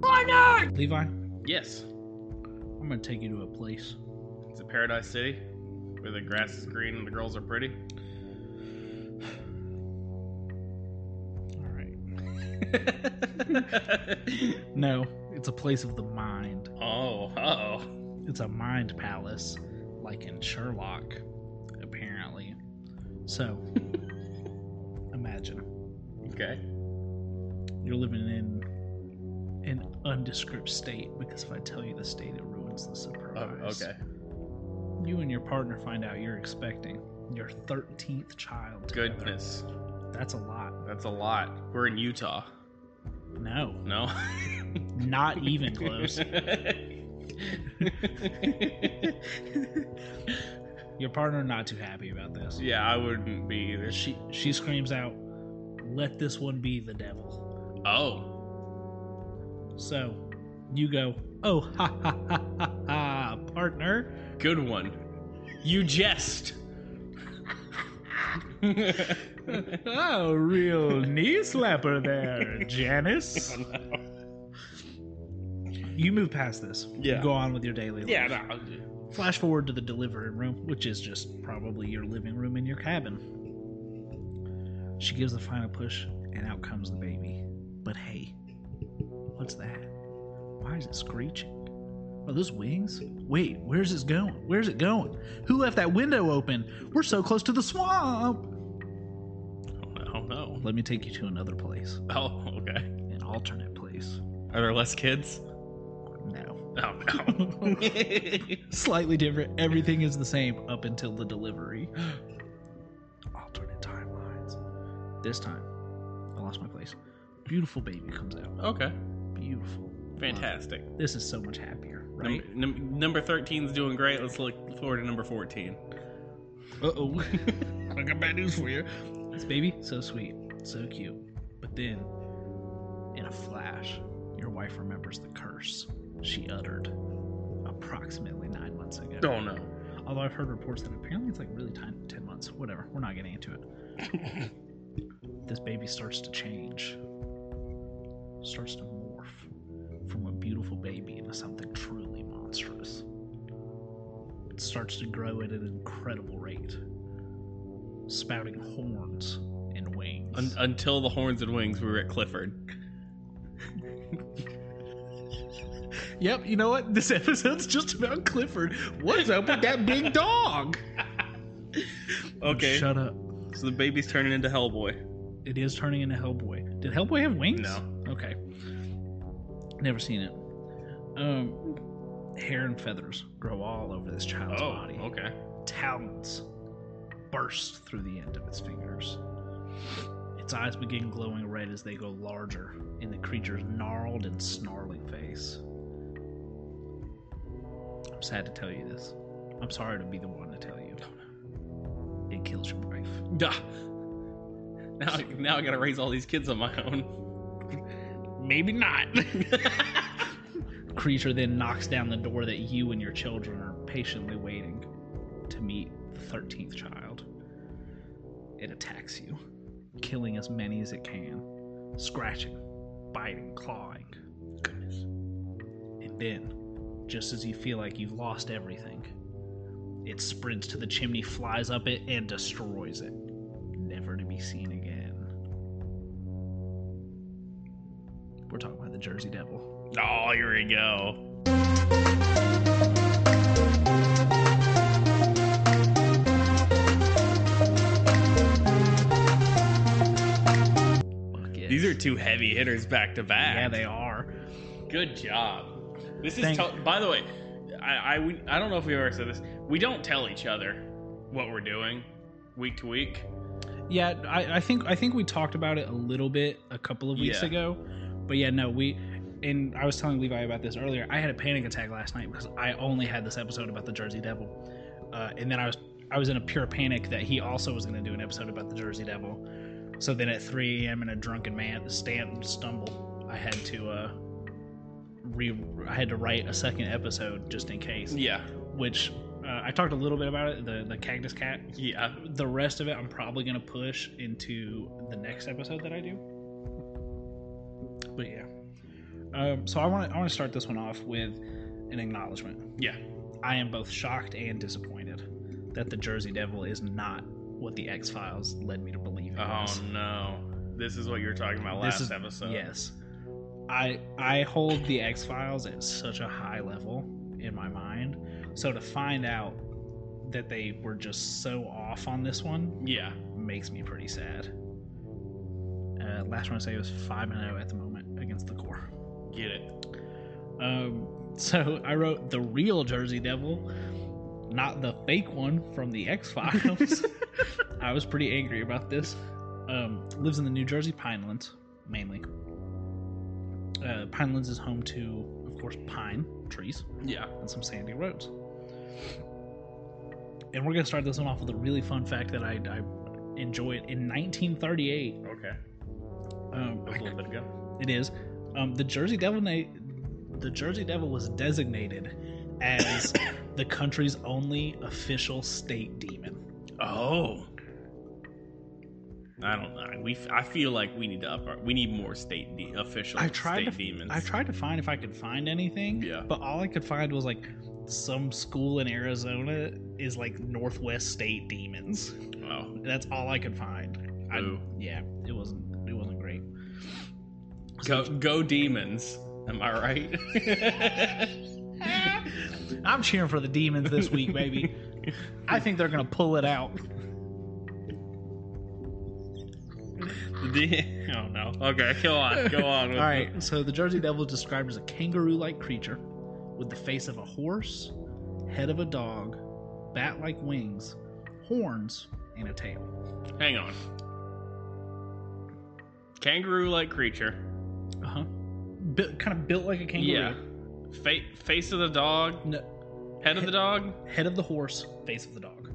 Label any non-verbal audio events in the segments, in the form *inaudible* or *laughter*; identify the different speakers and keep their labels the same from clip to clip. Speaker 1: Barnard!
Speaker 2: Levi,
Speaker 1: Yes.
Speaker 2: I'm gonna take you to a place.
Speaker 1: It's a paradise city where the grass is green and the girls are
Speaker 2: *laughs*
Speaker 1: pretty. *laughs*
Speaker 2: All right. No, it's a place of the mind.
Speaker 1: oh, oh.
Speaker 2: It's a mind palace, like in Sherlock, apparently.
Speaker 1: *laughs*
Speaker 2: So, imagine
Speaker 1: Okay.
Speaker 2: you're living in an undescript state because if I tell you the state, it ruins the
Speaker 1: Oh,
Speaker 2: surprise.
Speaker 1: okay.
Speaker 2: You and your partner find out you're expecting your 13th child. together.
Speaker 1: Goodness.
Speaker 2: That's a lot.
Speaker 1: That's a lot. We're in Utah.
Speaker 2: No,
Speaker 1: No?
Speaker 2: not even close. *laughs* Your partner not too happy about this.
Speaker 1: *laughs* yeah, I wouldn't be either.
Speaker 2: She she screams out, "Let this one be the devil."
Speaker 1: Oh.
Speaker 2: So, you go, "Oh *laughs* ha ha ha ha, ha partner."
Speaker 1: Good
Speaker 2: *laughs*
Speaker 1: one. You jest.
Speaker 2: oh, real knee
Speaker 1: *laughs*
Speaker 2: slapper there, Janice. You move past this.
Speaker 1: Yeah.
Speaker 2: You go on with your daily life.
Speaker 1: yeah, no.
Speaker 2: Flash forward to the delivery room, which is just probably your living room in your cabin. She gives the final push, and out comes the baby. But hey, what's that? Why is it screeching? Are those wings? Wait, where's this going? Where's it going? Who left that window open? We're so close to the swamp!
Speaker 1: Oh, no.
Speaker 2: Let me take you to another place,
Speaker 1: Oh, okay.
Speaker 2: an alternate place.
Speaker 1: Are there less kids?
Speaker 2: No.
Speaker 1: Oh, no.
Speaker 2: *laughs* Slightly different. Everything is the same up until the delivery. *gasps* Alternate timelines. This time, I lost my place. Beautiful baby comes out. Oh,
Speaker 1: okay.
Speaker 2: Beautiful.
Speaker 1: Fantastic.
Speaker 2: Love it. This is so much happier, right? *laughs*
Speaker 1: Num- num- number 13's doing great. Let's look forward to number 14.
Speaker 2: Uh *laughs* oh. I got bad news for you. This baby, so sweet, so cute. But then, in a flash, your wife remembers the curse she uttered approximately nine months ago.
Speaker 1: Oh, no.
Speaker 2: Although I've heard reports that apparently it's like really ten, 10 months. Whatever. We're not getting into it. *laughs* this baby starts to change, starts to morph from a beautiful baby into something truly monstrous. It starts to grow at an incredible rate, spouting horns and wings.
Speaker 1: Un- until the horns and wings, we were at Clifford.
Speaker 2: Yep, you know what? This episode's just about Clifford. What's up with that big dog?
Speaker 1: Okay.
Speaker 2: Oh, Shut up.
Speaker 1: So the baby's turning into Hellboy.
Speaker 2: It is turning into Hellboy. Did Hellboy have wings?
Speaker 1: No.
Speaker 2: Okay. Never seen it. Um, hair and feathers grow all over this child's body.
Speaker 1: Oh, okay.
Speaker 2: Talons burst through the end of its fingers. Its eyes begin glowing red as they grow larger in the creature's gnarled and snarling face. I'm sad to tell you this. I'm sorry to be the one to tell you. It kills your wife.
Speaker 1: Duh. Now, now I gotta raise all these kids on my own. *laughs*
Speaker 2: Maybe not. Creature then knocks down the door that you and your children are patiently waiting to meet the 13th child. It attacks you, killing as many as it can, scratching, biting, clawing. And then, just as you feel like you've lost everything, it sprints to the chimney, flies up it, and destroys it, never to be seen again. We're talking about the Jersey Devil.
Speaker 1: Oh, here we go.
Speaker 2: Fuck yes.
Speaker 1: These are two heavy hitters back to back.
Speaker 2: Yeah, they are.
Speaker 1: Good job. This is.
Speaker 2: Thank-
Speaker 1: To- by the way, I, I we- I don't know if we ever said this. We don't tell each other what we're doing week to week.
Speaker 2: Yeah, I, I think I think we talked about it a little bit a couple of weeks
Speaker 1: Yeah.
Speaker 2: ago, but yeah, no, we. And I was telling Levi about this earlier. I had a panic attack last night because I only had this episode about the Jersey Devil, uh, and then I was I was in a pure panic that he also was going to do an episode about the Jersey Devil. So then at 3 a.m. in a drunken man stand stumble, I had to uh, re I had to write a second episode just in case.
Speaker 1: Yeah.
Speaker 2: which uh, Uh, I talked a little bit about it, the the cactus cat.
Speaker 1: Yeah.
Speaker 2: The rest of it, I'm probably gonna push into the next episode that I do. But yeah. Um, so I want to I want to start this one off with an acknowledgement.
Speaker 1: Yeah.
Speaker 2: I am both shocked and disappointed that the Jersey Devil is not what the X Files led me to believe it
Speaker 1: Oh
Speaker 2: was.
Speaker 1: no. This is what you were talking about
Speaker 2: This
Speaker 1: last
Speaker 2: is-
Speaker 1: episode.
Speaker 2: Yes. I I hold the X Files at such a high level in my mind. So to find out that they were just so off on this one
Speaker 1: Yeah.
Speaker 2: makes me pretty sad. Uh, last one I say was five and zero at the moment against the core.
Speaker 1: Get it.
Speaker 2: Um, *laughs* so I wrote the real Jersey Devil, not the fake one from the X Files. *laughs* I was pretty angry about this. Um, lives in the New Jersey Pinelands, mainly. Uh, Pinelands is home to, of course, pine trees
Speaker 1: Yeah.
Speaker 2: and some sandy roads. And we're going to start this one off with a really fun fact that I, I enjoy it. In 1938,
Speaker 1: Okay.
Speaker 2: um,
Speaker 1: A little bit ago.
Speaker 2: *laughs* it is. Um, the Jersey Devil, na- the Jersey Devil was designated
Speaker 1: *coughs*
Speaker 2: as the country's only official state demon.
Speaker 1: Oh. I don't know. We f- I feel like we need to up our, we need more state de- official
Speaker 2: I tried
Speaker 1: state
Speaker 2: to-
Speaker 1: demons.
Speaker 2: I tried to find if I could find anything,
Speaker 1: Yeah.
Speaker 2: but all I could find was like some school in Arizona is like Northwest State Demons. *laughs*
Speaker 1: Oh.
Speaker 2: That's all I could find. I-
Speaker 1: Ooh.
Speaker 2: yeah, it wasn't it wasn't great.
Speaker 1: Go go demons. Am I right? *laughs*
Speaker 2: *laughs* I'm cheering for the demons this week, baby. I think they're gonna pull it out.
Speaker 1: The- oh no. Okay, go on. Go on. with
Speaker 2: All right, so the Jersey Devil is described as a kangaroo like creature with the face of a horse, head of a dog, bat like wings, horns, and a tail.
Speaker 1: it. Hang on. Kangaroo-like creature.
Speaker 2: Uh
Speaker 1: Uh-huh.
Speaker 2: huh. Built, kind of built like a kangaroo.
Speaker 1: Yeah. Fa- face of the dog.
Speaker 2: No,
Speaker 1: Head of the dog.
Speaker 2: head of the horse, face of the dog.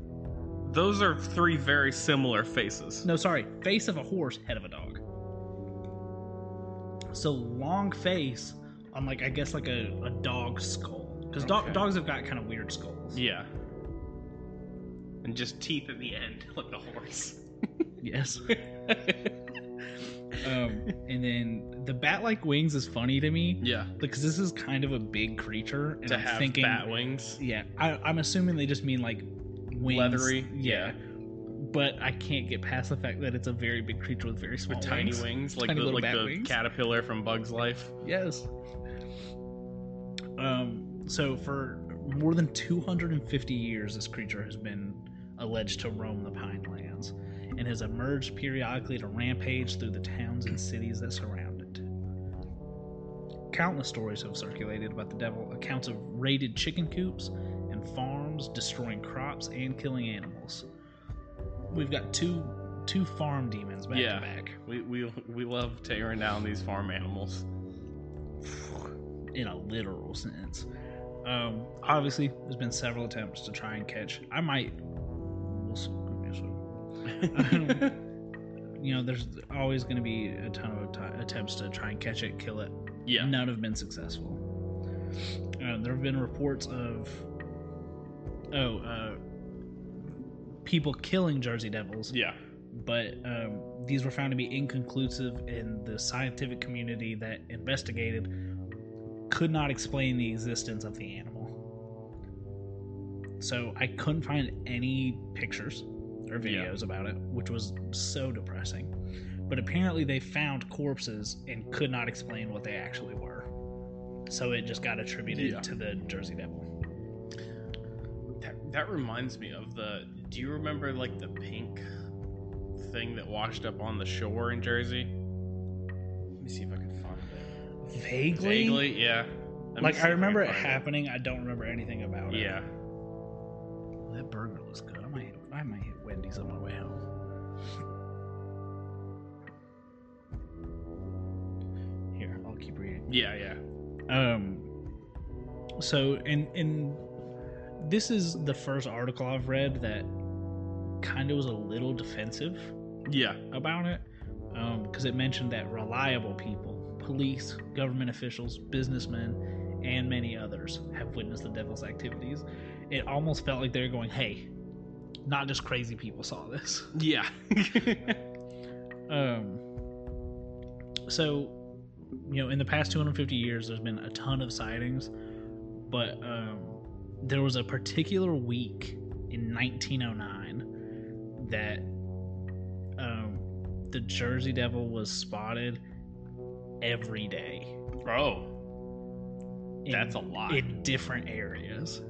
Speaker 1: Those are three very similar faces.
Speaker 2: No, sorry, face of a horse, head of a dog. So long face on, like, I guess, like a, a dog skull. Because
Speaker 1: Okay.
Speaker 2: dogs have got kind of weird skulls.
Speaker 1: Yeah. And just teeth at the end, *laughs* like the horse. *laughs*
Speaker 2: Yes. *laughs* um, and then the bat-like wings is funny to me
Speaker 1: Yeah.
Speaker 2: because this is kind of a big creature, and
Speaker 1: to
Speaker 2: I'm
Speaker 1: have
Speaker 2: thinking,
Speaker 1: bat wings.
Speaker 2: yeah, I, I'm assuming they just mean like wings,
Speaker 1: Leathery,
Speaker 2: yeah. But I can't get past the fact that it's a very big creature with very small
Speaker 1: With tiny wings, like
Speaker 2: Tiny
Speaker 1: the
Speaker 2: little
Speaker 1: like
Speaker 2: bat
Speaker 1: the
Speaker 2: wings.
Speaker 1: caterpillar from Bug's Life.
Speaker 2: Yes. Um. So for more than 250 years, this creature has been alleged to roam the Pinelands, and has emerged periodically to rampage through the towns and cities that surround it. Countless stories have circulated about the devil, accounts of raided chicken coops and farms, destroying crops and killing animals. We've got two two farm demons back
Speaker 1: Yeah.
Speaker 2: to back.
Speaker 1: We we we love tearing down these farm animals. *laughs*
Speaker 2: in a literal sense. Um, obviously, there's been several attempts to try and catch. I might, we'll see. We'll see. you know, there's always going to be a ton of atti- attempts to try and catch it, kill it.
Speaker 1: Yeah.
Speaker 2: None have been successful. Uh, there have been reports of, oh, uh, people killing Jersey Devils
Speaker 1: Yeah.
Speaker 2: but um, these were found to be inconclusive, and the scientific community that investigated could not explain the existence of the animal. So I couldn't find any pictures
Speaker 1: Yeah.
Speaker 2: or videos about it, which was so depressing. But apparently, they found corpses and could not explain what they actually were. So it just got attributed
Speaker 1: Yeah.
Speaker 2: to the Jersey Devil.
Speaker 1: That, that reminds me of the. Do you remember like the pink thing that washed up on the shore in Jersey? Let me see if I can find it.
Speaker 2: Vaguely,
Speaker 1: Vaguely, yeah. Let me
Speaker 2: like
Speaker 1: see if
Speaker 2: I
Speaker 1: can
Speaker 2: remember it
Speaker 1: find
Speaker 2: happening. I don't remember anything about it.
Speaker 1: Yeah.
Speaker 2: That burger looks good. I might hit, I might hit Wendy's on my way home. Here, I'll keep reading.
Speaker 1: Yeah. Yeah.
Speaker 2: Um, so in in this is the first article I've read that kind of was a little defensive
Speaker 1: Yeah.
Speaker 2: about it um, because it mentioned that reliable people, police, government officials, businessmen, and many others have witnessed the devil's activities. It almost felt like they were going, hey, not just crazy people saw this.
Speaker 1: Yeah. *laughs*
Speaker 2: Um, so, you know, in the past 250 years, there's been a ton of sightings, but um, there was a particular week in 1909 that um, the Jersey Devil was spotted every day.
Speaker 1: oh,
Speaker 2: in-
Speaker 1: that's a lot.
Speaker 2: in different areas.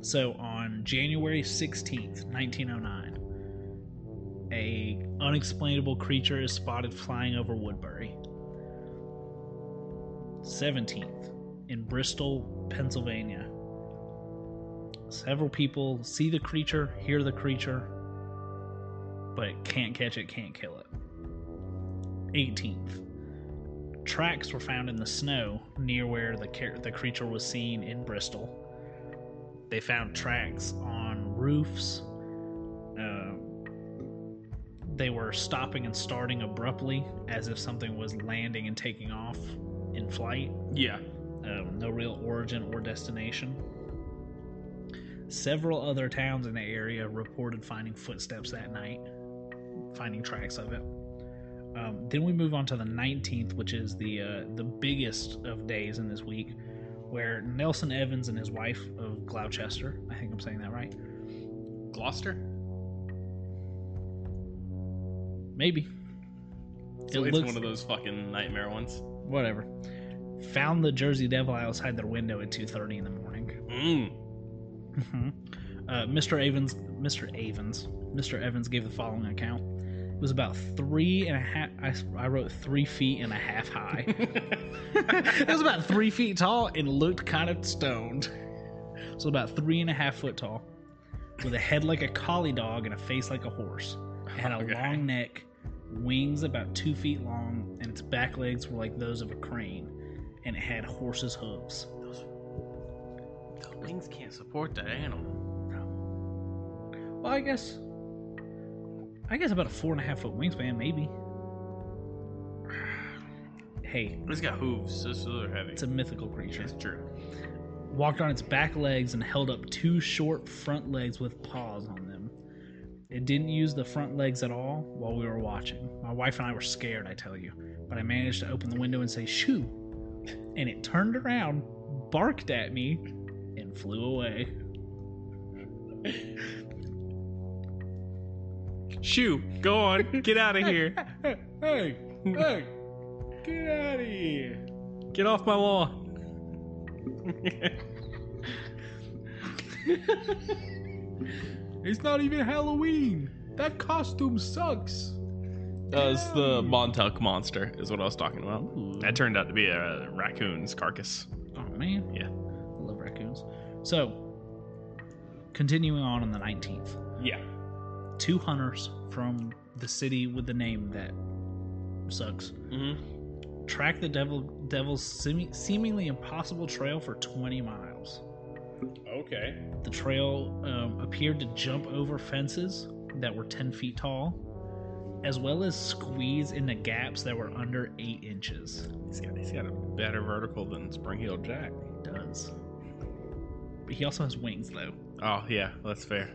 Speaker 2: So on January 16th, 1909, a unexplainable creature is spotted flying over Woodbury. 17th, in Bristol, Pennsylvania. Several people see the creature, hear the creature, but can't catch it, can't kill it. 18th, tracks were found in the snow near where the car- the creature was seen in Bristol. They found tracks on roofs. Uh, they were stopping and starting abruptly, as if something was landing and taking off in flight.
Speaker 1: yeah.
Speaker 2: Um, no real origin or destination. Several other towns in the area reported finding footsteps that night, finding tracks of it. Um, then we move on to the 19th, which is the uh, the biggest of days in this week, where Nelson Evans and his wife of Gloucester, I think I'm saying that right,
Speaker 1: Gloucester?
Speaker 2: maybe
Speaker 1: So
Speaker 2: It
Speaker 1: it's
Speaker 2: looks-
Speaker 1: one of those fucking nightmare ones.
Speaker 2: whatever, found the Jersey Devil outside their window at 2:30 in the morning.
Speaker 1: Mm.
Speaker 2: Mhm. Uh, Mr. Evans, Mr. Evans, Mr. Evans gave the following account. It was about three and a half. I, s- I wrote three feet and a half
Speaker 1: *laughs*
Speaker 2: high. it was about three feet tall and looked kind of stoned. So about three and a half foot tall, with a head like a collie dog and a face like a horse. It had a
Speaker 1: *laughs* Okay.
Speaker 2: long neck, wings about two feet long, and its back legs were like those of a crane, and it had horse's hooves.
Speaker 1: The wings can't support that animal.
Speaker 2: Well, I guess. I guess about a four and a half foot wingspan, maybe. *sighs* Hey,
Speaker 1: It's got hooves, so those are heavy.
Speaker 2: it's a mythical creature.
Speaker 1: It's true.
Speaker 2: Walked on its back legs and held up two short front legs with paws on them. It didn't use the front legs at all while we were watching. My wife and I were scared, I tell you, but I managed to open the window and say, shoo! And it turned around, barked at me, and flew away.
Speaker 1: Shoo, go on, get out of here. *laughs* hey,
Speaker 2: *laughs* Hey,
Speaker 1: get out of here. Get off my lawn.
Speaker 2: *laughs* It's not even Halloween!
Speaker 1: That costume sucks. Uh, it's the Montauk monster, is what I was talking about. That turned out to be a raccoon's carcass.
Speaker 2: Oh man.
Speaker 1: Yeah.
Speaker 2: I love raccoons. So, continuing on on the 19th,
Speaker 1: Yeah.
Speaker 2: two hunters from the city with the name that sucks
Speaker 1: Mm-hmm.
Speaker 2: track the devil devil's seemi- seemingly impossible trail for 20 miles.
Speaker 1: Okay.
Speaker 2: The trail um, appeared to jump over fences that were 10 feet tall, as well as squeeze into gaps that were under 8 inches.
Speaker 1: He's got, he's got a better vertical than Spring Heel Jack.
Speaker 2: It does. But he also has wings, though.
Speaker 1: Oh, yeah, that's fair.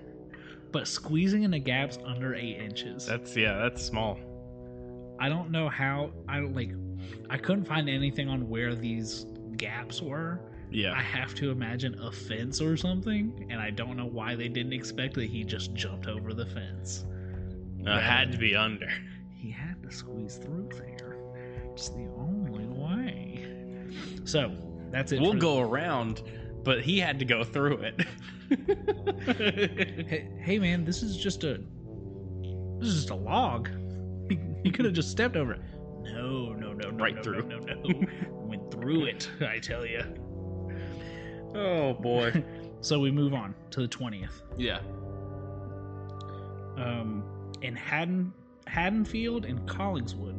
Speaker 2: But squeezing into gaps under 8 inches.
Speaker 1: That's, yeah, that's small.
Speaker 2: I don't know how I don't like I couldn't find anything on where these gaps were. I
Speaker 1: Yeah.
Speaker 2: have to imagine a fence or something, and I don't know why they didn't expect that he just jumped over the fence.
Speaker 1: Uh, had to be under.
Speaker 2: He had to squeeze through there. It's the only way. So that's it.
Speaker 1: We'll
Speaker 2: for-
Speaker 1: go around, but he had to go through it. *laughs*
Speaker 2: Hey, hey man, this is just a this is just a log. *laughs* He, he could have just stepped over it. No, no, no, no,
Speaker 1: Right
Speaker 2: no,
Speaker 1: through.
Speaker 2: No, no,
Speaker 1: *laughs*
Speaker 2: no. Went through it. I tell you.
Speaker 1: oh, boy.
Speaker 2: So we move on to the 20th.
Speaker 1: *laughs* yeah.
Speaker 2: Um, in Haddon, Haddonfield and Collingswood,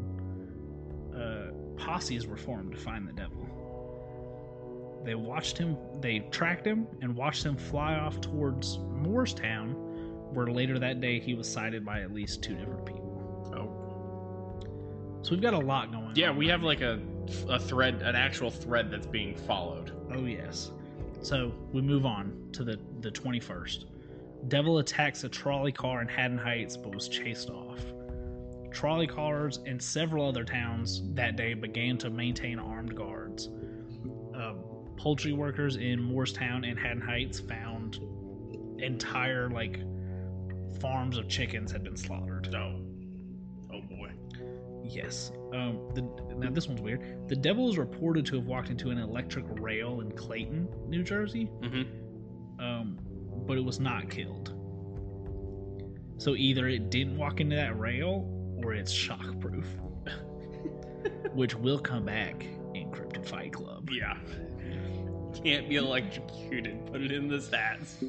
Speaker 2: uh, posses were formed to find the devil. They watched him, they tracked him, and watched him fly off towards Moorestown, where later that day he was sighted by at least two different people.
Speaker 1: Oh,
Speaker 2: So we've got a lot going on.
Speaker 1: Yeah, we
Speaker 2: right
Speaker 1: have like a f- a thread, an actual thread that's being followed.
Speaker 2: Oh yes. So we move on to the the twenty first. Devil attacks a trolley car in Haddon Heights but was chased off. Trolley cars in several other towns that day began to maintain armed guards. Um, poultry workers in Morristown and Haddon Heights found entire like farms of chickens had been slaughtered.
Speaker 1: Oh, oh boy.
Speaker 2: Yes. Um, the, now this one's weird. The devil is reported to have walked into an electric rail in Clayton, New Jersey,
Speaker 1: Mm-hmm.
Speaker 2: um, but it was not killed. So either it didn't walk into that rail, or it's
Speaker 1: *laughs*
Speaker 2: shockproof, which will come back in Cryptid Fight Club.
Speaker 1: Yeah. Can't be electrocuted. Put it in the *laughs* stats.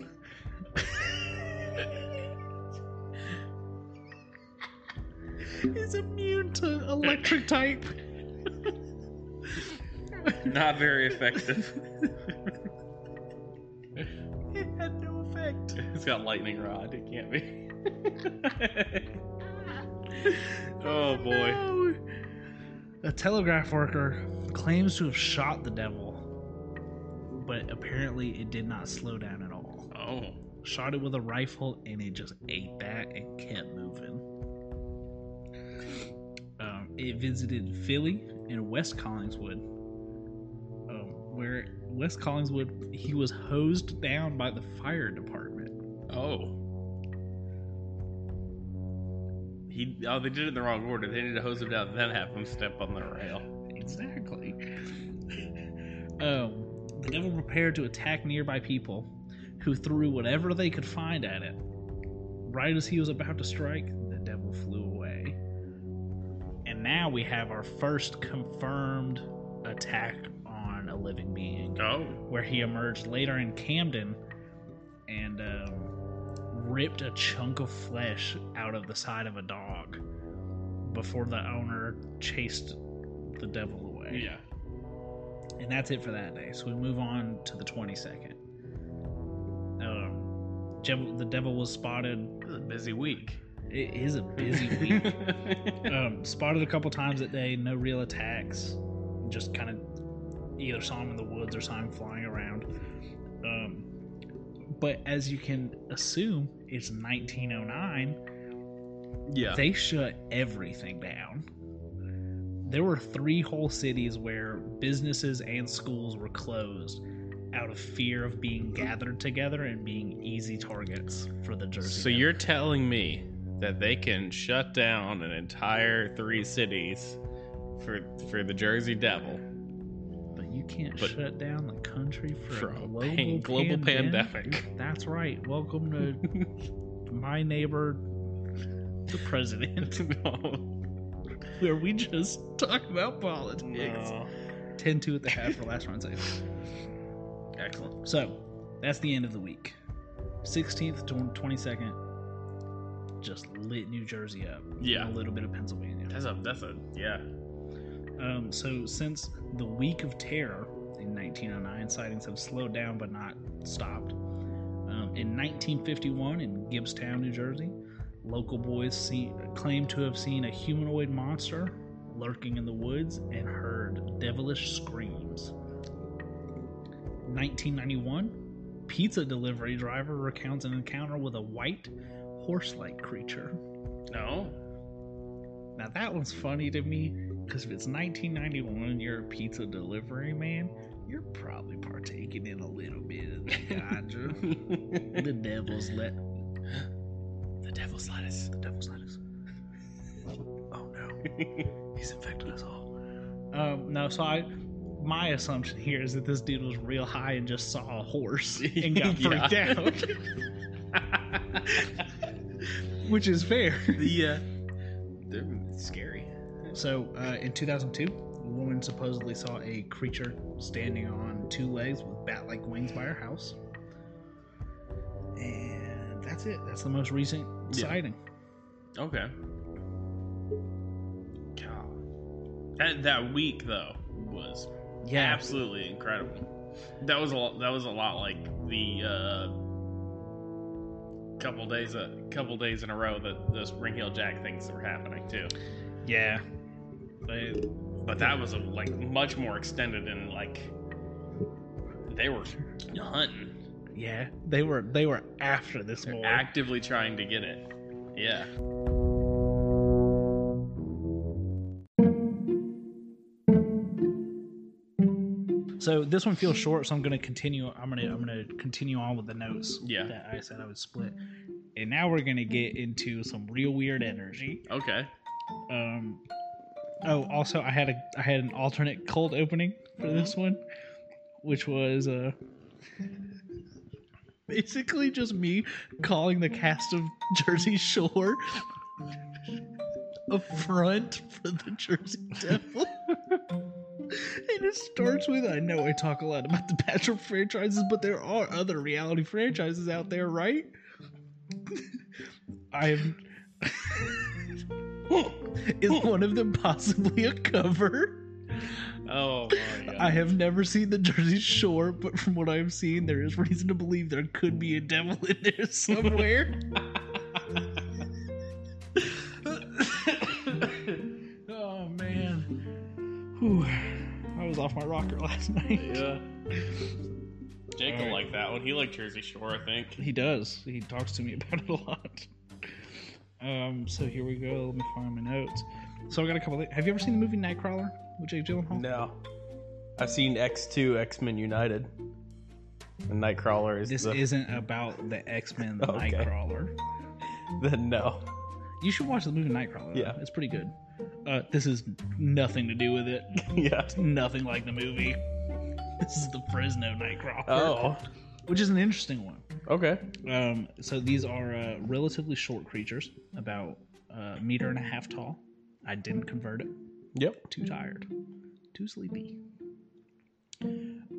Speaker 2: It's immune to
Speaker 1: *laughs*
Speaker 2: electric type.
Speaker 1: Not very effective.
Speaker 2: It had no effect.
Speaker 1: *laughs* it's got lightning rod. It can't be. *laughs* oh boy.
Speaker 2: no. A telegraph worker claims to have shot the devil, but apparently it did not slow down at all.
Speaker 1: Oh.
Speaker 2: Shot it with a rifle and it just ate that and kept moving. Um, it visited Philly and West Collingswood, um, where West Collingswood he was hosed down by the fire department.
Speaker 1: Oh. He oh they did it in the wrong order. They needed to hose him down, then have him step on the rail.
Speaker 2: Exactly. um, the devil prepared to attack nearby people who threw whatever they could find at it. Right as he was about to strike, the devil flew away. And now we have our first confirmed attack on a living being,
Speaker 1: Oh.
Speaker 2: where he emerged later in Camden and um, ripped a chunk of flesh out of the side of a dog before the owner chased the devil away.
Speaker 1: Yeah.
Speaker 2: And that's it for that day. So we move on to the 22nd. Um, Jev- the devil was spotted.
Speaker 1: It was a busy week.
Speaker 2: It is
Speaker 1: *laughs*
Speaker 2: a busy week. um, spotted a couple times that day. No real attacks. Just kind of either saw him in the woods or saw him flying around. Um, but as you can assume, it's 1909.
Speaker 1: yeah.
Speaker 2: They shut everything down. There were three whole cities where businesses and schools were closed out of fear of being gathered together and being easy targets for the Jersey.
Speaker 1: So
Speaker 2: Devil.
Speaker 1: you're telling me that they can shut down an entire three cities for for the Jersey Devil *laughs*
Speaker 2: but you can't
Speaker 1: but-
Speaker 2: shut down the country for,
Speaker 1: for
Speaker 2: a
Speaker 1: a
Speaker 2: global,
Speaker 1: pan- global
Speaker 2: pandemic.
Speaker 1: pandemic.
Speaker 2: That's right. Welcome to
Speaker 1: *laughs*
Speaker 2: my neighbor, the president,
Speaker 1: no.
Speaker 2: where we just talk about politics. Ten two 10 at the half for last round.
Speaker 1: Excellent.
Speaker 2: So, that's the end of the week. 16th to 22nd, just lit New Jersey up.
Speaker 1: Yeah.
Speaker 2: And a little bit of Pennsylvania.
Speaker 1: That's a that's a yeah.
Speaker 2: Um, so, since the week of terror in 1909, sightings have slowed down but not stopped. Um, in 1951, in Gibbstown, New Jersey, local boys see, claim to have seen a humanoid monster lurking in the woods and heard devilish screams. 1991, pizza delivery driver recounts an encounter with a white, horse like creature.
Speaker 1: No.
Speaker 2: Now that one's funny to me because if it's 1991 and you're a pizza delivery man, you're probably partaking in a little bit of the *laughs* ganja.
Speaker 1: the
Speaker 2: the devil's let
Speaker 1: devil's
Speaker 2: *laughs*
Speaker 1: lettuce.
Speaker 2: the devil's lettuce. Oh no, he's infected us all. Um, no, so I my assumption here is that this dude was real high and just saw a *laughs* horse and got freaked
Speaker 1: Yeah.
Speaker 2: out, which is fair.
Speaker 1: the uh, they're scary.
Speaker 2: So, uh, in 2002, a woman supposedly saw a creature standing on two legs with bat like wings by her house. And that's it. That's the most recent
Speaker 1: Yeah.
Speaker 2: sighting.
Speaker 1: Okay. God. That that week though was absolutely incredible. That was a lot, that was a lot like the uh, couple days a couple days in a row that those Ring Hill Jack things were happening too.
Speaker 2: Yeah. They,
Speaker 1: But that was a, like much more extended and like they were hunting,
Speaker 2: Yeah, they were they were after this
Speaker 1: They're
Speaker 2: boy.
Speaker 1: actively trying to get it. Yeah.
Speaker 2: so this one feels short, so I'm gonna continue. I'm gonna I'm gonna continue on with the notes.
Speaker 1: Yeah.
Speaker 2: that I said I would split. And now we're gonna get into some real weird energy.
Speaker 1: Okay.
Speaker 2: Um, oh, also I had a I had an alternate cold opening for this one, which was uh, *laughs* basically just me calling the cast of Jersey Shore a front for the Jersey Devil. And it starts with I know I talk a lot about the Bachelor franchises, but there are other reality franchises out there, right? *laughs* I am *laughs* is one of them possibly a cover?
Speaker 1: Oh my god.
Speaker 3: *laughs*
Speaker 2: I have never seen the Jersey Shore, but from what I've seen, there is reason to believe there could be a devil in there somewhere. oh man, Whew. I was off my rocker last *laughs* night.
Speaker 1: yeah. Jake will
Speaker 2: Alright.
Speaker 1: like that one. He liked Jersey Shore, I think.
Speaker 2: He does. He talks to me about it a lot. Um, so here we go. Let me find my notes. So I got a couple. Of, have you ever seen the movie Nightcrawler with Jake Gyllenhaal?
Speaker 3: No. I've seen X2, X Men United. And Nightcrawler is
Speaker 2: This
Speaker 3: the,
Speaker 2: isn't about the X Men The
Speaker 3: *laughs* Okay.
Speaker 2: Nightcrawler.
Speaker 3: the no. *laughs*
Speaker 2: You should watch the movie Nightcrawler. though.
Speaker 3: Yeah.
Speaker 2: it's pretty good. Uh, this is nothing to do with it.
Speaker 3: yeah.
Speaker 2: nothing like the movie. *laughs* This is the Fresno Nightcrawler,
Speaker 3: Oh.
Speaker 2: which is an interesting one.
Speaker 3: Okay.
Speaker 2: Um, so these are uh, relatively short creatures, about uh, a meter and a half tall. I didn't convert it.
Speaker 3: Yep.
Speaker 2: Too tired. Too sleepy.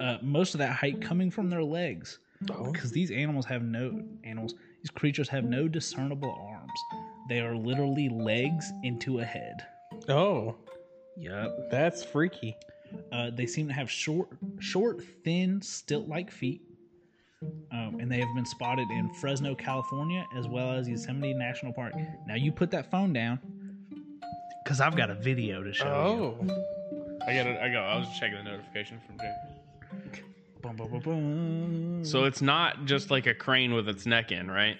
Speaker 2: Uh, most of that height coming from their legs because these animals have no animals these creatures have no discernible arms they are literally legs into a head
Speaker 3: Oh.
Speaker 2: yep
Speaker 3: That's freaky.
Speaker 2: uh, they seem to have short short thin stilt-like feet um, and they have been spotted in fresno california as well as yosemite national park now you put that phone down because i've got a video to show
Speaker 1: Oh.
Speaker 2: you
Speaker 1: I got it. I go. I was checking the notification from Jake.
Speaker 2: Bum, bum, bum, bum.
Speaker 3: Mm.
Speaker 1: So it's not just like a crane with its neck in, right?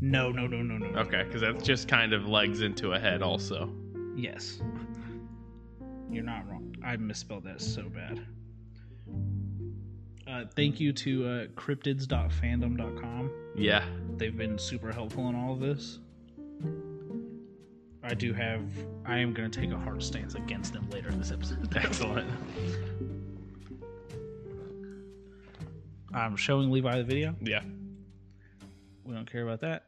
Speaker 2: no no no no no no.
Speaker 1: Okay, because that's just kind of legs into a head, also.
Speaker 2: Yes. You're not wrong. I misspelled that so bad. Uh, thank you to uh, cryptids.fandom.com.
Speaker 1: Yeah.
Speaker 2: They've been super helpful in all of this. I do have. I am going to take a hard stance against them later in this episode. *laughs*
Speaker 1: Excellent.
Speaker 2: I'm showing Levi the video.
Speaker 1: Yeah.
Speaker 2: We don't care about that.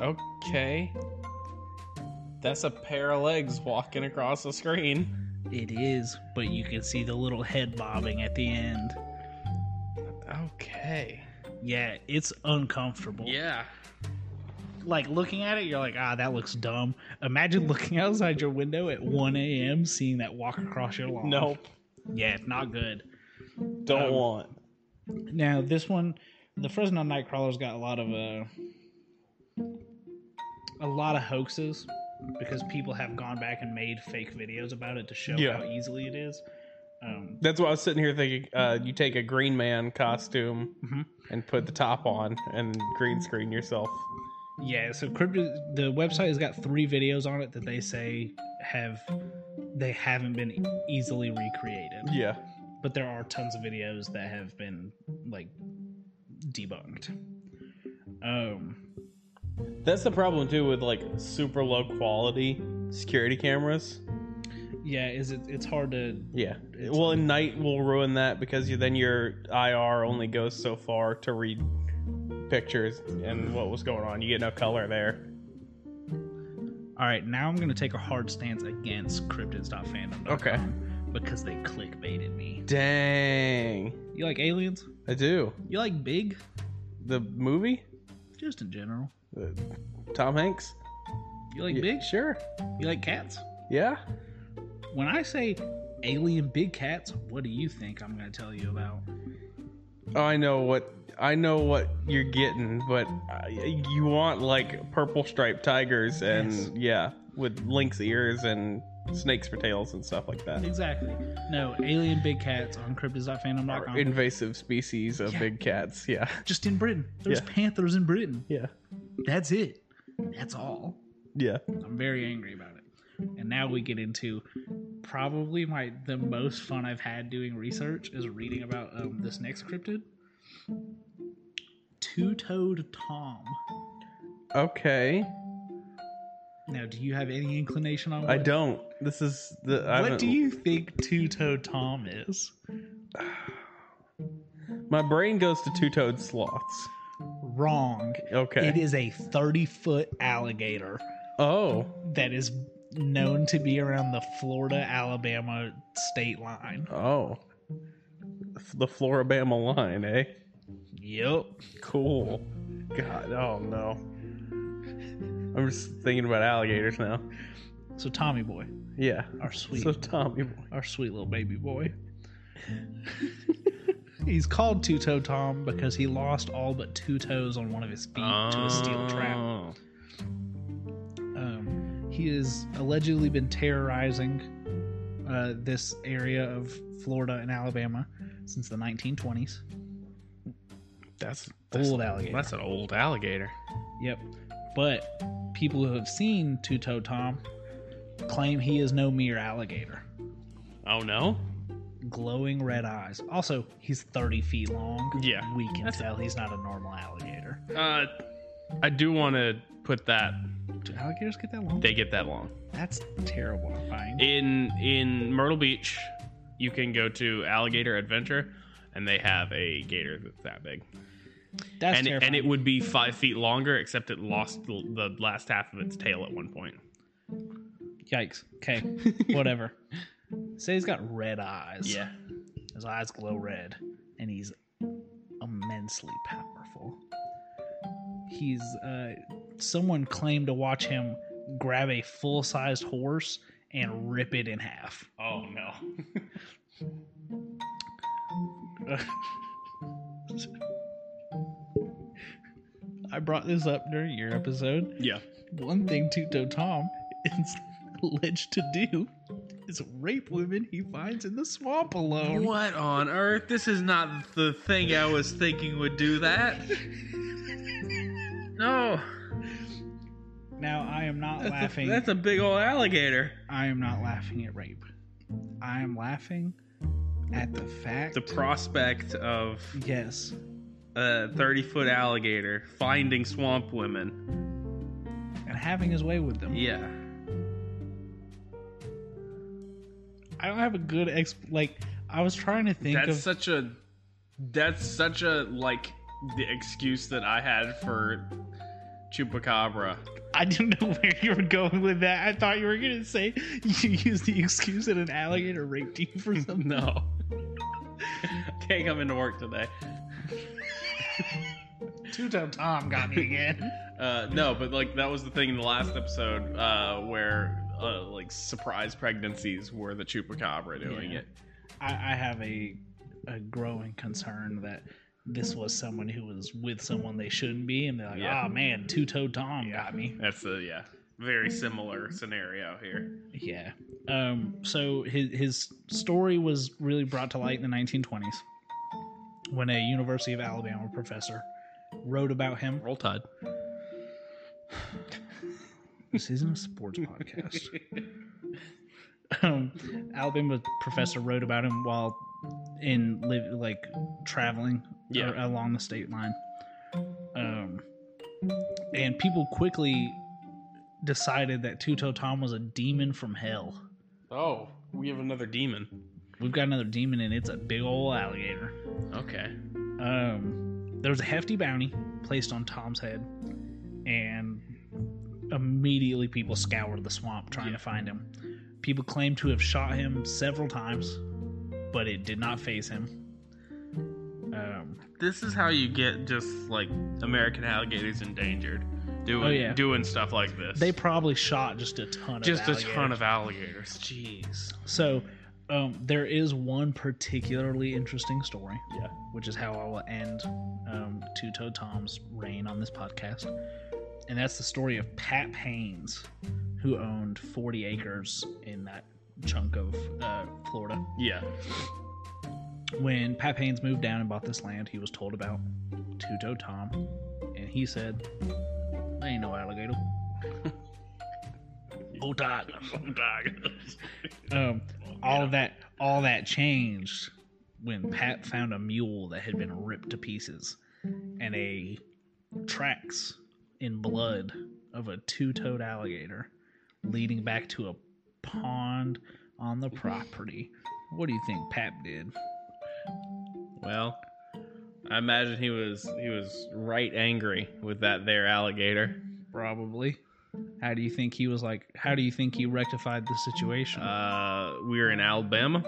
Speaker 3: Okay. That's a pair of legs walking across the screen.
Speaker 2: It is, but you can see the little head bobbing at the end.
Speaker 3: Okay.
Speaker 2: Yeah, it's uncomfortable.
Speaker 1: Yeah.
Speaker 2: like looking at it, you're like, ah, that looks dumb. Imagine looking outside your window at 1 a.m. seeing that walk across your lawn.
Speaker 3: Nope.
Speaker 2: Yeah, it's not good.
Speaker 3: Don't
Speaker 2: Um,
Speaker 3: want.
Speaker 2: Now this one, the Fresno Nightcrawler's got a lot of uh, a lot of hoaxes because people have gone back and made fake videos about it to show
Speaker 3: Yeah.
Speaker 2: how easily it is. Um,
Speaker 3: That's why I was sitting here thinking uh, you take a green man costume
Speaker 1: Mm-hmm.
Speaker 2: Mhm.
Speaker 3: and put the top on and green screen yourself.
Speaker 2: yeah, so crypto the website has got three videos on it that they say have they haven't been easily recreated.
Speaker 3: Yeah.
Speaker 2: but there are tons of videos that have been like debunked. Um,
Speaker 3: That's the problem too with like super low quality security cameras.
Speaker 2: yeah, is it? It's hard to.
Speaker 3: Yeah.
Speaker 2: It's-
Speaker 3: well, and night will ruin that because you, then your IR only goes so far to read pictures and what was going on. You get no color there.
Speaker 2: All right, now I'm gonna take a hard stance against cryptids.fandom.
Speaker 3: Okay.
Speaker 2: Because they clickbaited me.
Speaker 3: Dang.
Speaker 2: You like aliens?
Speaker 3: I do.
Speaker 2: You like big?
Speaker 3: The movie?
Speaker 2: Just in general.
Speaker 3: Uh, Tom Hanks?
Speaker 2: You like
Speaker 3: Yeah,
Speaker 2: big?
Speaker 3: Sure.
Speaker 2: You like cats?
Speaker 3: Yeah.
Speaker 2: When I say alien big cats. What do you think I'm going to tell you about?
Speaker 3: Oh, I know what I know what you're getting, but uh, you want like purple striped tigers and
Speaker 2: Yes.
Speaker 3: yeah, with lynx ears and snakes for tails and stuff like that.
Speaker 2: Exactly. No, alien big cats on
Speaker 3: Or
Speaker 2: cryptids.fandom.com.
Speaker 3: invasive species of
Speaker 2: Yeah.
Speaker 3: big cats, yeah. *laughs*
Speaker 2: Just in Britain. There's
Speaker 3: Yeah.
Speaker 2: panthers in Britain.
Speaker 3: Yeah.
Speaker 2: That's it. That's all.
Speaker 3: Yeah.
Speaker 2: I'm very angry about it. And now we get into probably my the most fun I've had doing research is reading about um, this next cryptid, two-toed Tom.
Speaker 3: Okay.
Speaker 2: Now, do you have any inclination on? What,
Speaker 3: I don't. This is the I
Speaker 2: What
Speaker 3: haven't-
Speaker 2: do you think two-toed Tom is?
Speaker 3: My brain goes to two-toed sloths.
Speaker 2: Wrong.
Speaker 3: Okay.
Speaker 2: It is a 30-foot alligator
Speaker 3: Oh.
Speaker 2: that is known to be around the Florida-Alabama state line.
Speaker 3: Oh. The Floribama line, eh?
Speaker 2: Yep.
Speaker 3: Cool. God, oh no. I'm just thinking about alligators now.
Speaker 2: So Tommy boy,
Speaker 3: Yeah.
Speaker 1: *laughs*
Speaker 2: our sweet
Speaker 3: So Tommy boy.
Speaker 2: our sweet little baby boy. He's called Two Toe Tom because he lost all but two toes on one of his feet to a steel trap.
Speaker 1: Oh.
Speaker 2: Um, he has allegedly been terrorizing uh, this area of Florida and Alabama since the 1920s.
Speaker 1: That's, that's
Speaker 2: Old alligator.
Speaker 1: That's an old alligator.
Speaker 2: Yep. But people who have seen Two Toe Tom claim he is no mere alligator.
Speaker 1: Oh no.
Speaker 2: glowing red eyes. Also, he's 30 feet long.
Speaker 1: Yeah.
Speaker 2: We can tell he's not a normal alligator.
Speaker 1: Uh, I do want to put that
Speaker 2: Do alligators get that long?
Speaker 1: they get that long.
Speaker 2: That's terrible to find.
Speaker 1: In in Myrtle Beach, you can go to Alligator Adventure, and they have a gator that's that big,
Speaker 2: That's
Speaker 1: and it,
Speaker 2: terrifying.
Speaker 1: and it would be five feet longer, except it lost the, the last half of its tail at one point.
Speaker 2: Yikes. Okay. Whatever. Say he's got red eyes. His eyes glow red, and he's immensely powerful. He's uh, someone claimed to watch him grab a full-sized horse and rip it in half.
Speaker 1: Oh no.
Speaker 2: I brought this up during your episode.
Speaker 1: Yeah.
Speaker 2: one thing Tuto Tom is alleged to do is rape women he finds in the swamp alone.
Speaker 4: What on earth? This is not the thing I was thinking would do that. No,
Speaker 2: Now I am not
Speaker 4: that's,
Speaker 2: laughing.
Speaker 4: A, that's a big old alligator.
Speaker 2: I am not laughing at rape. I am laughing at the fact.
Speaker 4: The prospect of
Speaker 2: yes,
Speaker 4: a 30 foot alligator finding swamp women.
Speaker 2: and having his way with them.
Speaker 4: Yeah.
Speaker 2: I don't have a good exp. Like I was trying to think
Speaker 1: that's
Speaker 2: of.
Speaker 1: such a that's such a like the excuse that I had for
Speaker 4: *laughs*
Speaker 1: chupacabra.
Speaker 2: I didn't know *laughs* where you were going with that. I thought you were gonna say you used the excuse that an alligator raped you for something. *laughs*
Speaker 1: No.
Speaker 4: *laughs* Can't come into work today.
Speaker 2: Tuto Tom got me again.
Speaker 1: Uh, no, but like that was the thing in the last episode uh, where uh, like surprise pregnancies were the chupacabra doing
Speaker 2: Yeah.
Speaker 1: it.
Speaker 2: *laughs* I, I have a a growing concern that this was someone who was with someone they shouldn't be, and they're like,
Speaker 1: Yeah.
Speaker 2: "Oh man, two toed Tom got me."
Speaker 1: That's the yeah, very similar scenario here.
Speaker 2: Yeah. Um. So his his story was really brought to light in the 1920s when a University of Alabama professor wrote about him.
Speaker 1: Roll Tide.
Speaker 2: This isn't a sports podcast. *laughs* um, Alabama professor wrote about him while in live like traveling
Speaker 1: Yeah.
Speaker 2: or along the state line. Um, and people quickly decided that Tuto Tom was a demon from hell.
Speaker 1: Oh, we have another demon.
Speaker 2: We've got another demon, and it's a big old alligator.
Speaker 1: Okay.
Speaker 2: Um, there was a hefty bounty placed on Tom's head, and immediately people scoured the swamp trying to find him. People claim to have shot him several times, but it did not phase him. Um,
Speaker 4: This is how you get just like American alligators endangered.
Speaker 1: Doing
Speaker 2: Oh, yeah.
Speaker 1: doing stuff like this.
Speaker 2: they probably shot just a ton of
Speaker 1: just a ton
Speaker 2: alligators.
Speaker 1: of alligators.
Speaker 2: Jeez. So Um, there is one particularly interesting story.
Speaker 3: Yeah.
Speaker 2: Which is how I will end um, Two Toed Tom's reign on this podcast. And that's the story of Pat Haynes, who owned 40 acres in that chunk of uh, Florida.
Speaker 1: Yeah. *laughs*
Speaker 2: When Pat Haynes moved down and bought this land, he was told about Two Toed Tom. And he said, I ain't no alligator. Old dog. Old dog. Um, all that all that changed when Pat found a mule that had been ripped to pieces and a tracks in blood of a two-toed alligator leading back to a pond on the property. What do you think Pap did?
Speaker 1: Well, I imagine he was he was right angry with that there alligator.
Speaker 2: Probably. How do you think he was like how do you think he rectified the situation?
Speaker 1: Uh, we were in Alabama,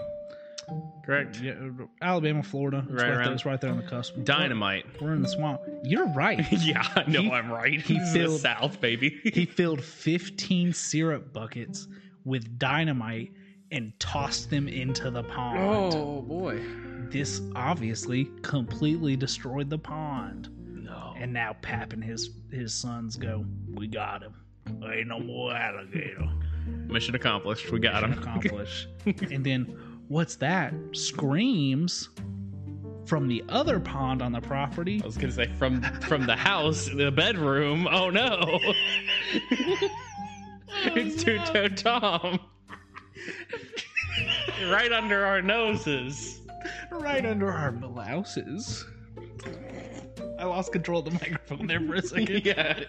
Speaker 1: correct?
Speaker 2: Yeah, Alabama, Florida. It's
Speaker 1: Right
Speaker 2: right,
Speaker 1: around-
Speaker 2: there, it's right there on the cusp.
Speaker 1: Dynamite.
Speaker 2: We're in the swamp. You're right.
Speaker 1: *laughs* yeah, I know
Speaker 2: He-
Speaker 1: I'm right.
Speaker 2: he
Speaker 1: *laughs* This is
Speaker 2: filled-
Speaker 1: the South,
Speaker 2: *laughs*
Speaker 1: baby.
Speaker 2: He filled 15 syrup buckets with dynamite and tossed them into the pond.
Speaker 1: Oh.
Speaker 4: boy.
Speaker 2: This obviously completely destroyed the pond.
Speaker 4: No.
Speaker 2: And now Pap and his, his sons go, We got him. Ain't no more alligator.
Speaker 1: Mission accomplished. We *laughs* got
Speaker 2: Mission
Speaker 1: him. *laughs*
Speaker 2: accomplished. and then, what's that? Screams from the other pond on the property.
Speaker 1: I was gonna say from from the house, the bedroom. Oh no! *laughs* it's Two Toed Tom. right under our noses.
Speaker 2: right under our blouses. I lost control of the microphone there
Speaker 1: *laughs*
Speaker 2: for a second.
Speaker 1: yeah.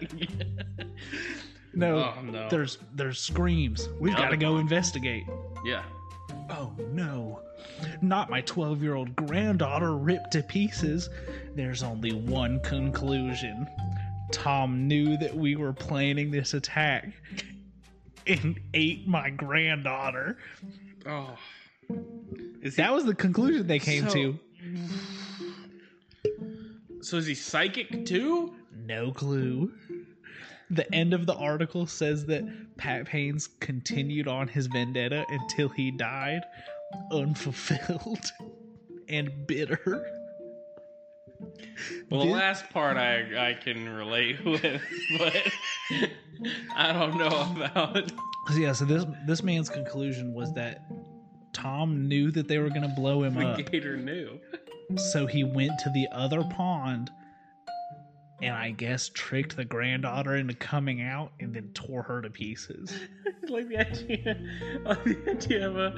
Speaker 2: No,
Speaker 1: Oh no.
Speaker 2: there's there's screams. We've
Speaker 1: Yeah.
Speaker 2: got to go investigate.
Speaker 1: Yeah.
Speaker 2: Oh no, not my 12 year old granddaughter ripped to pieces. There's only one conclusion. Tom knew that we were planning this attack and ate my granddaughter.
Speaker 4: Oh.
Speaker 2: That was the conclusion they came
Speaker 1: So-
Speaker 2: to.
Speaker 1: So is he psychic too?
Speaker 2: No clue. The end of the article says that Pat Payne's continued on his vendetta until he died, unfulfilled *laughs* and bitter.
Speaker 1: Well, the
Speaker 2: Dude.
Speaker 1: last part I I can relate *laughs* with, but *laughs* I don't know about.
Speaker 2: So yeah, so this this man's conclusion was that Tom knew that they were gonna blow him up, *laughs*
Speaker 1: The gator knew. *laughs*
Speaker 2: so he went to the other pond and I guess tricked the granddaughter into coming out and then tore her to pieces.
Speaker 1: like the idea, like the idea of a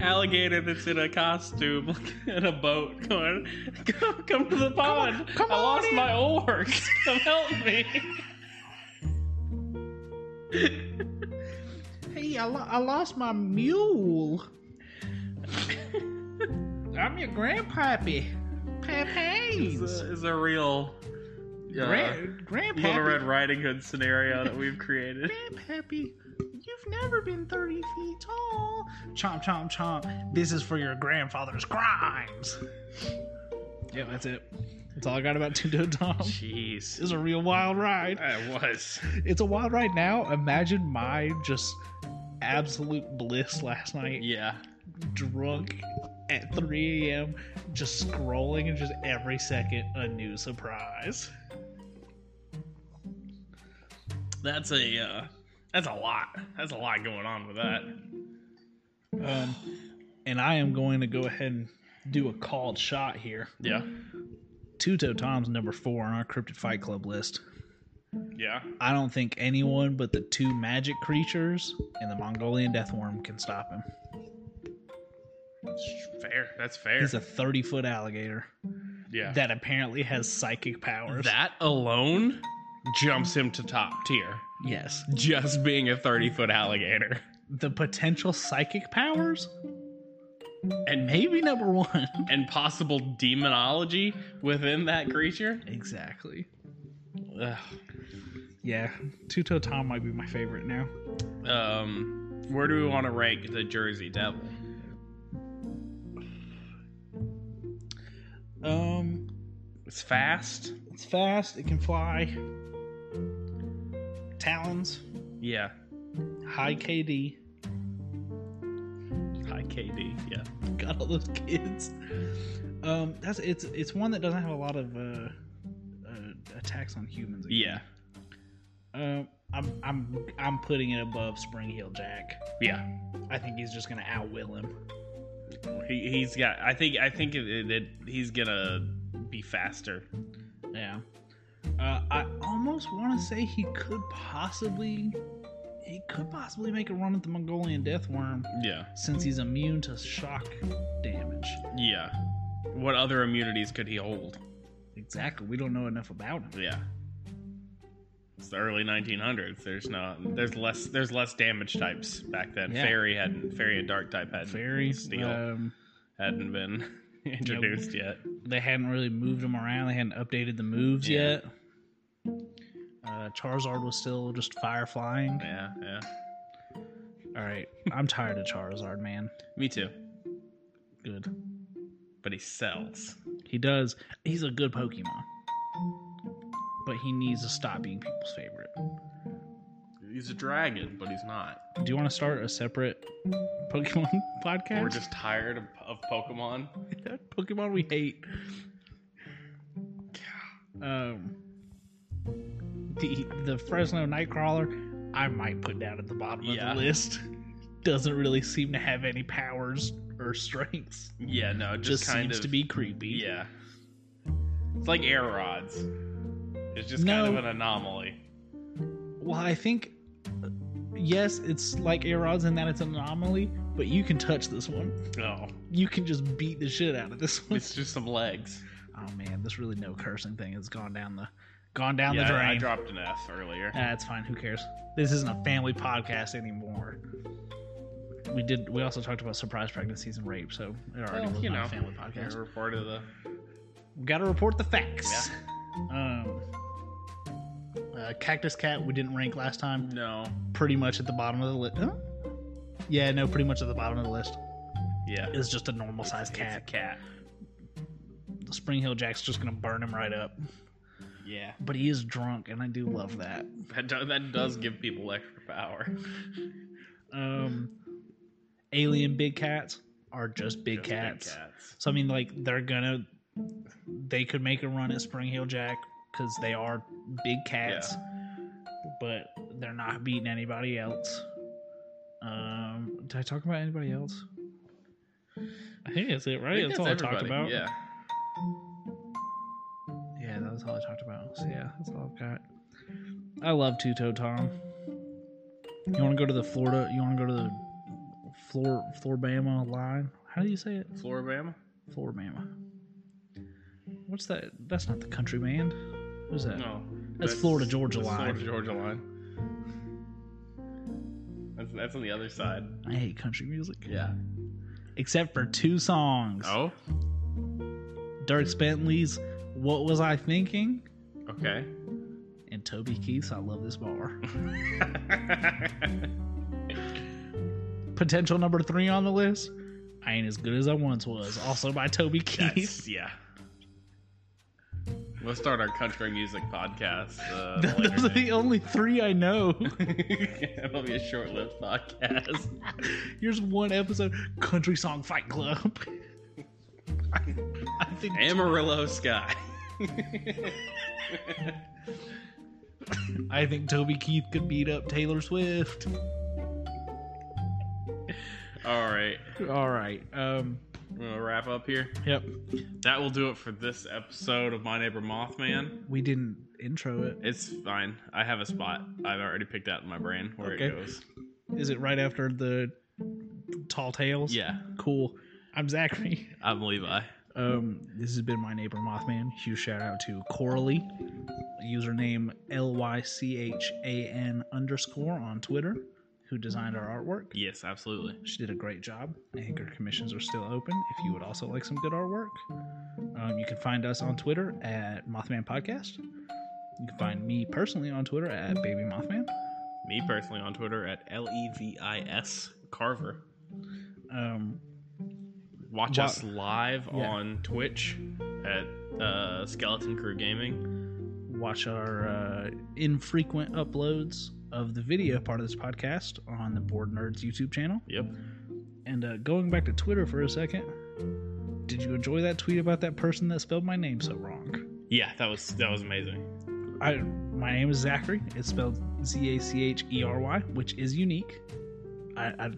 Speaker 1: alligator that's in a costume, *laughs* like in a boat, going, "Come, come to the pond!
Speaker 2: come
Speaker 1: I
Speaker 2: on
Speaker 1: lost
Speaker 2: in."
Speaker 1: my oars. *laughs* Come help me!"
Speaker 2: Hey, I, lo- I lost my mule. *laughs* I'm your grandpappy. Pap
Speaker 1: It's
Speaker 2: Haynes.
Speaker 1: a, it's a real uh,
Speaker 2: Grand,
Speaker 1: Little Red
Speaker 2: grandpappy.
Speaker 1: Riding Hood scenario that we've *laughs* created.
Speaker 2: Grandpappy, you've never been 30 feet tall. Chomp, chomp, chomp. This is for your grandfather's crimes. Yeah, that's it. That's all I got about Tundo Tom. This
Speaker 1: Jeez,
Speaker 2: is a real wild ride.
Speaker 1: that was.
Speaker 2: It's a wild ride now. Imagine my just absolute bliss last night.
Speaker 1: Yeah.
Speaker 2: drunk at 3 a.m., just scrolling and just every second a new surprise.
Speaker 1: That's a uh, that's a lot. That's a lot going on with that.
Speaker 2: Um, and I am going to go ahead and do a called shot here.
Speaker 1: Yeah.
Speaker 2: Tuto Tom's number four on our Cryptid Fight Club list.
Speaker 1: Yeah.
Speaker 2: I don't think anyone but the two magic creatures and the Mongolian deathworm can stop him.
Speaker 1: Fair. That's fair.
Speaker 2: He's a 30 foot alligator
Speaker 1: yeah.
Speaker 2: that apparently has psychic powers.
Speaker 1: That alone jumps him to top tier.
Speaker 2: yes.
Speaker 1: Just being a 30 foot alligator.
Speaker 2: The potential psychic powers? And maybe number one. *laughs*
Speaker 1: And possible demonology within that creature.
Speaker 2: Exactly.
Speaker 1: Ugh.
Speaker 2: Yeah, Two Toe Tom might be my favorite now.
Speaker 1: Um, where do we want to rank the Jersey Devil?
Speaker 2: Um,
Speaker 1: It's fast.
Speaker 2: it's fast. It can fly. Talons,
Speaker 1: Yeah.
Speaker 2: high KD.
Speaker 1: High
Speaker 2: KD. Yeah, got all those kids. Um, that's it's it's one that doesn't have a lot of uh, uh attacks on humans.
Speaker 1: Yeah.
Speaker 2: Um, I'm I'm I'm putting it above Spring Heel Jack.
Speaker 1: Yeah.
Speaker 2: I think he's just gonna outwill him.
Speaker 1: He, he's got. I think. I think it, it, it, he's gonna be faster.
Speaker 2: Yeah. Uh, I almost want to say he could possibly he could possibly make a run at the Mongolian Death Worm
Speaker 1: Yeah.
Speaker 2: since he's immune to shock damage.
Speaker 1: Yeah. What other immunities could he hold?
Speaker 2: Exactly. We don't know enough about him.
Speaker 1: Yeah. It's the early 1900s. There's no. There's less. There's less damage types back then.
Speaker 2: Yeah.
Speaker 1: Fairy hadn't. Fairy and dark type hadn't.
Speaker 2: Very
Speaker 1: steel
Speaker 2: um,
Speaker 1: hadn't been *laughs* introduced yet.
Speaker 2: they hadn't really moved him around. They hadn't updated the moves
Speaker 1: Yeah.
Speaker 2: yet. Uh, Charizard was still just fire flying.
Speaker 1: Yeah. Yeah.
Speaker 2: All right, I'm tired of Charizard, man.
Speaker 1: Me too.
Speaker 2: Good.
Speaker 1: But he sells.
Speaker 2: He does. He's a good Pokemon, but he needs to stop being people's favorite.
Speaker 1: He's a dragon, but he's not.
Speaker 2: Do you want to start a separate Pokemon *laughs* podcast?
Speaker 1: We're just tired of, of Pokemon.
Speaker 2: *laughs* Pokemon we hate. Um, the the Fresno Nightcrawler, I might put down at the bottom
Speaker 1: Yeah.
Speaker 2: of the list. Doesn't really seem to have any powers or strengths.
Speaker 1: Yeah. No.
Speaker 2: Just,
Speaker 1: Just, kind
Speaker 2: seems
Speaker 1: of
Speaker 2: to be creepy.
Speaker 1: Yeah. It's like air rods. It's just kind
Speaker 2: No.
Speaker 1: of an anomaly.
Speaker 2: Well, I think uh, yes, it's like Aerod's in that it's an anomaly, but you can touch this one. *laughs*
Speaker 1: No.
Speaker 2: You can just beat the shit out of this one.
Speaker 1: It's just some legs.
Speaker 2: Oh man, this really no cursing thing has gone down the gone down
Speaker 1: yeah,
Speaker 2: the drain. Uh,
Speaker 1: I, I dropped an F earlier.
Speaker 2: Nah, it's fine. Who cares? This isn't a family podcast anymore. We did. We also talked about surprise pregnancies and rape, so it already was not a family podcast.
Speaker 1: Yeah, we're part of the.
Speaker 2: We got to report the facts. Um, uh, Cactus Cat, we didn't rank last time.
Speaker 1: No.
Speaker 2: Pretty much at the bottom of the list. Huh? Yeah, no, pretty much at the bottom of the list.
Speaker 1: Yeah.
Speaker 2: It's just a normal sized
Speaker 1: It's a
Speaker 2: cat.
Speaker 1: cat.
Speaker 2: The Spring Hill Jack's just gonna burn him right up.
Speaker 1: Yeah.
Speaker 2: But he is drunk, and I do love that.
Speaker 1: That, do, that does give people extra power. *sighs*
Speaker 2: Um, alien big cats are just big
Speaker 1: Just
Speaker 2: cats.
Speaker 1: cats.
Speaker 2: So I mean, like they're gonna, they could make a run at Spring Hill Jack because they are big cats, but they're not beating anybody else. Um, did I talk about anybody else? I think that's it,
Speaker 1: I
Speaker 2: right?
Speaker 1: think
Speaker 2: That's, all I talked
Speaker 1: everybody, Yeah.
Speaker 2: about. yeah, that was all I talked about. So yeah, that's all I've got. I love Two Toe Tom. You want to go to the Florida? You want to go to the Flor Floribama line? How do you say it?
Speaker 1: Floribama?
Speaker 2: Floribama. What's that? That's not the country band. Who's that?
Speaker 1: No.
Speaker 2: That's Florida Georgia
Speaker 1: that's
Speaker 2: line.
Speaker 1: Florida Georgia line. That's, that's on the other side.
Speaker 2: I hate country music.
Speaker 1: Yeah.
Speaker 2: Except for two songs.
Speaker 1: Oh?
Speaker 2: Dirk Bentley's What Was I Thinking?
Speaker 1: Okay. *laughs*
Speaker 2: And Toby Keith's I Love This Bar. Potential number three on the list. I ain't as good as I once was. Also by Toby Keith.
Speaker 1: That's, yeah. We'll start our country music podcast.
Speaker 2: *laughs*
Speaker 1: Uh,
Speaker 2: Those are
Speaker 1: later
Speaker 2: the only three I *laughs* know.
Speaker 1: date. *laughs* It'll be a short-lived podcast.
Speaker 2: Here's one episode Country Song Fight Club. *laughs* I, I think
Speaker 1: Amarillo Sky. *laughs*
Speaker 2: I think Toby Keith could beat up Taylor Swift.
Speaker 1: All right,
Speaker 2: All right. Um.
Speaker 1: we're gonna wrap up here.
Speaker 2: Yep.
Speaker 1: That will do it for this episode of My Neighbor Mothman.
Speaker 2: We didn't intro it.
Speaker 1: It's fine. I have a spot. I've already picked out in my brain where
Speaker 2: Okay.
Speaker 1: it goes.
Speaker 2: Is it right after the Tall Tales?
Speaker 1: Yeah,
Speaker 2: Cool. I'm Zachary.
Speaker 1: I'm Levi.
Speaker 2: Um. This has been my neighbor Mothman. Huge shout out to Coralie, username L Y C H A N underscore on Twitter, who designed our artwork.
Speaker 1: Yes, absolutely.
Speaker 2: She did a great job. I think her commissions are still open if you would also like some good artwork. Um, you can find us on Twitter at Mothman Podcast. You can find me personally on Twitter at Baby Mothman.
Speaker 1: Me personally on Twitter at L E V I S Carver.
Speaker 2: Um,
Speaker 1: Watch
Speaker 2: Wa-
Speaker 1: us live
Speaker 2: Yeah.
Speaker 1: on Twitch at uh, Skeleton Crew Gaming.
Speaker 2: watch our uh, infrequent uploads of the video part of this podcast on the Board Nerds YouTube channel.
Speaker 1: Yep.
Speaker 2: And uh, going back to Twitter for a second, did you enjoy that tweet about that person that spelled my name so wrong?
Speaker 1: Yeah, that was that was amazing.
Speaker 2: I my name is Zachary. It's spelled Z A C H E R Y, which is unique. I, I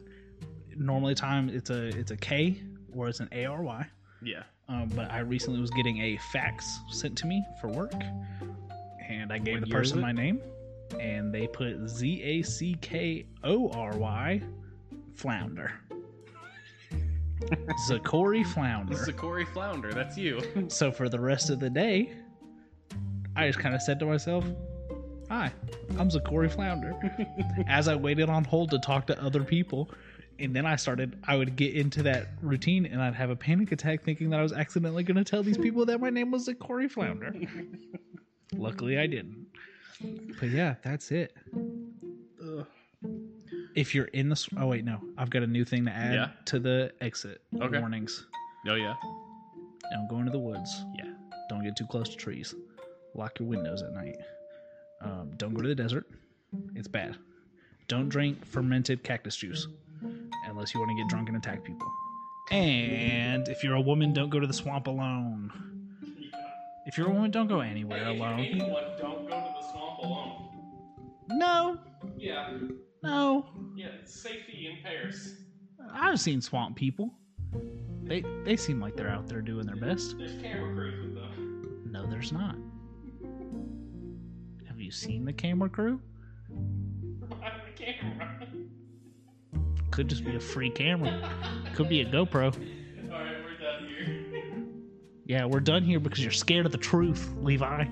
Speaker 2: normally time it's a it's a K or it's an A R Y.
Speaker 1: Yeah.
Speaker 2: Um, but I recently was getting a fax sent to me for work, and I gave
Speaker 3: What
Speaker 2: the
Speaker 3: year
Speaker 2: person
Speaker 3: was it?
Speaker 2: my name, and they put Z A C K O R Y,
Speaker 3: *laughs*
Speaker 2: flounder. Zachary
Speaker 1: This is a
Speaker 2: Flounder.
Speaker 1: Corey Flounder. That's
Speaker 2: *laughs*
Speaker 1: you.
Speaker 2: So for the rest of the day, I just kind of said to myself, "Hi, I'm
Speaker 1: *laughs*
Speaker 2: Zachary Flounder." As I waited on hold to talk to other people. And then I started, I would get into that routine and I'd have a panic attack thinking that I was accidentally going to tell these people that my name was
Speaker 1: *laughs*
Speaker 2: Corey Flounder. Luckily, I didn't. But yeah, that's it. If you're in the. s- Oh, wait, no. I've got a new thing to add
Speaker 1: Yeah.
Speaker 2: to the exit
Speaker 1: Okay.
Speaker 2: warnings.
Speaker 1: Oh yeah.
Speaker 2: Don't go into the woods.
Speaker 1: Yeah.
Speaker 2: Don't get too close to trees. Lock your windows at night. Um, don't go to the desert. It's bad. Don't drink fermented cactus juice unless you want to get drunk and attack people. And if you're a woman, don't go to the swamp alone. If you're a woman, don't go anywhere alone.
Speaker 1: don't go to the swamp alone.
Speaker 2: No,
Speaker 1: Yeah.
Speaker 2: no.
Speaker 1: Yeah. Safety in pairs.
Speaker 2: I've seen swamp people. They they seem like they're out there doing their best.
Speaker 1: There's camera crews with *laughs* them.
Speaker 2: No, there's not. Have you seen the camera crew?
Speaker 1: the camera. *laughs*
Speaker 2: Could just be a free camera. Could be a GoPro.
Speaker 1: All right, we're done here. *laughs*
Speaker 2: Yeah, we're done here because you're scared of the truth, Levi.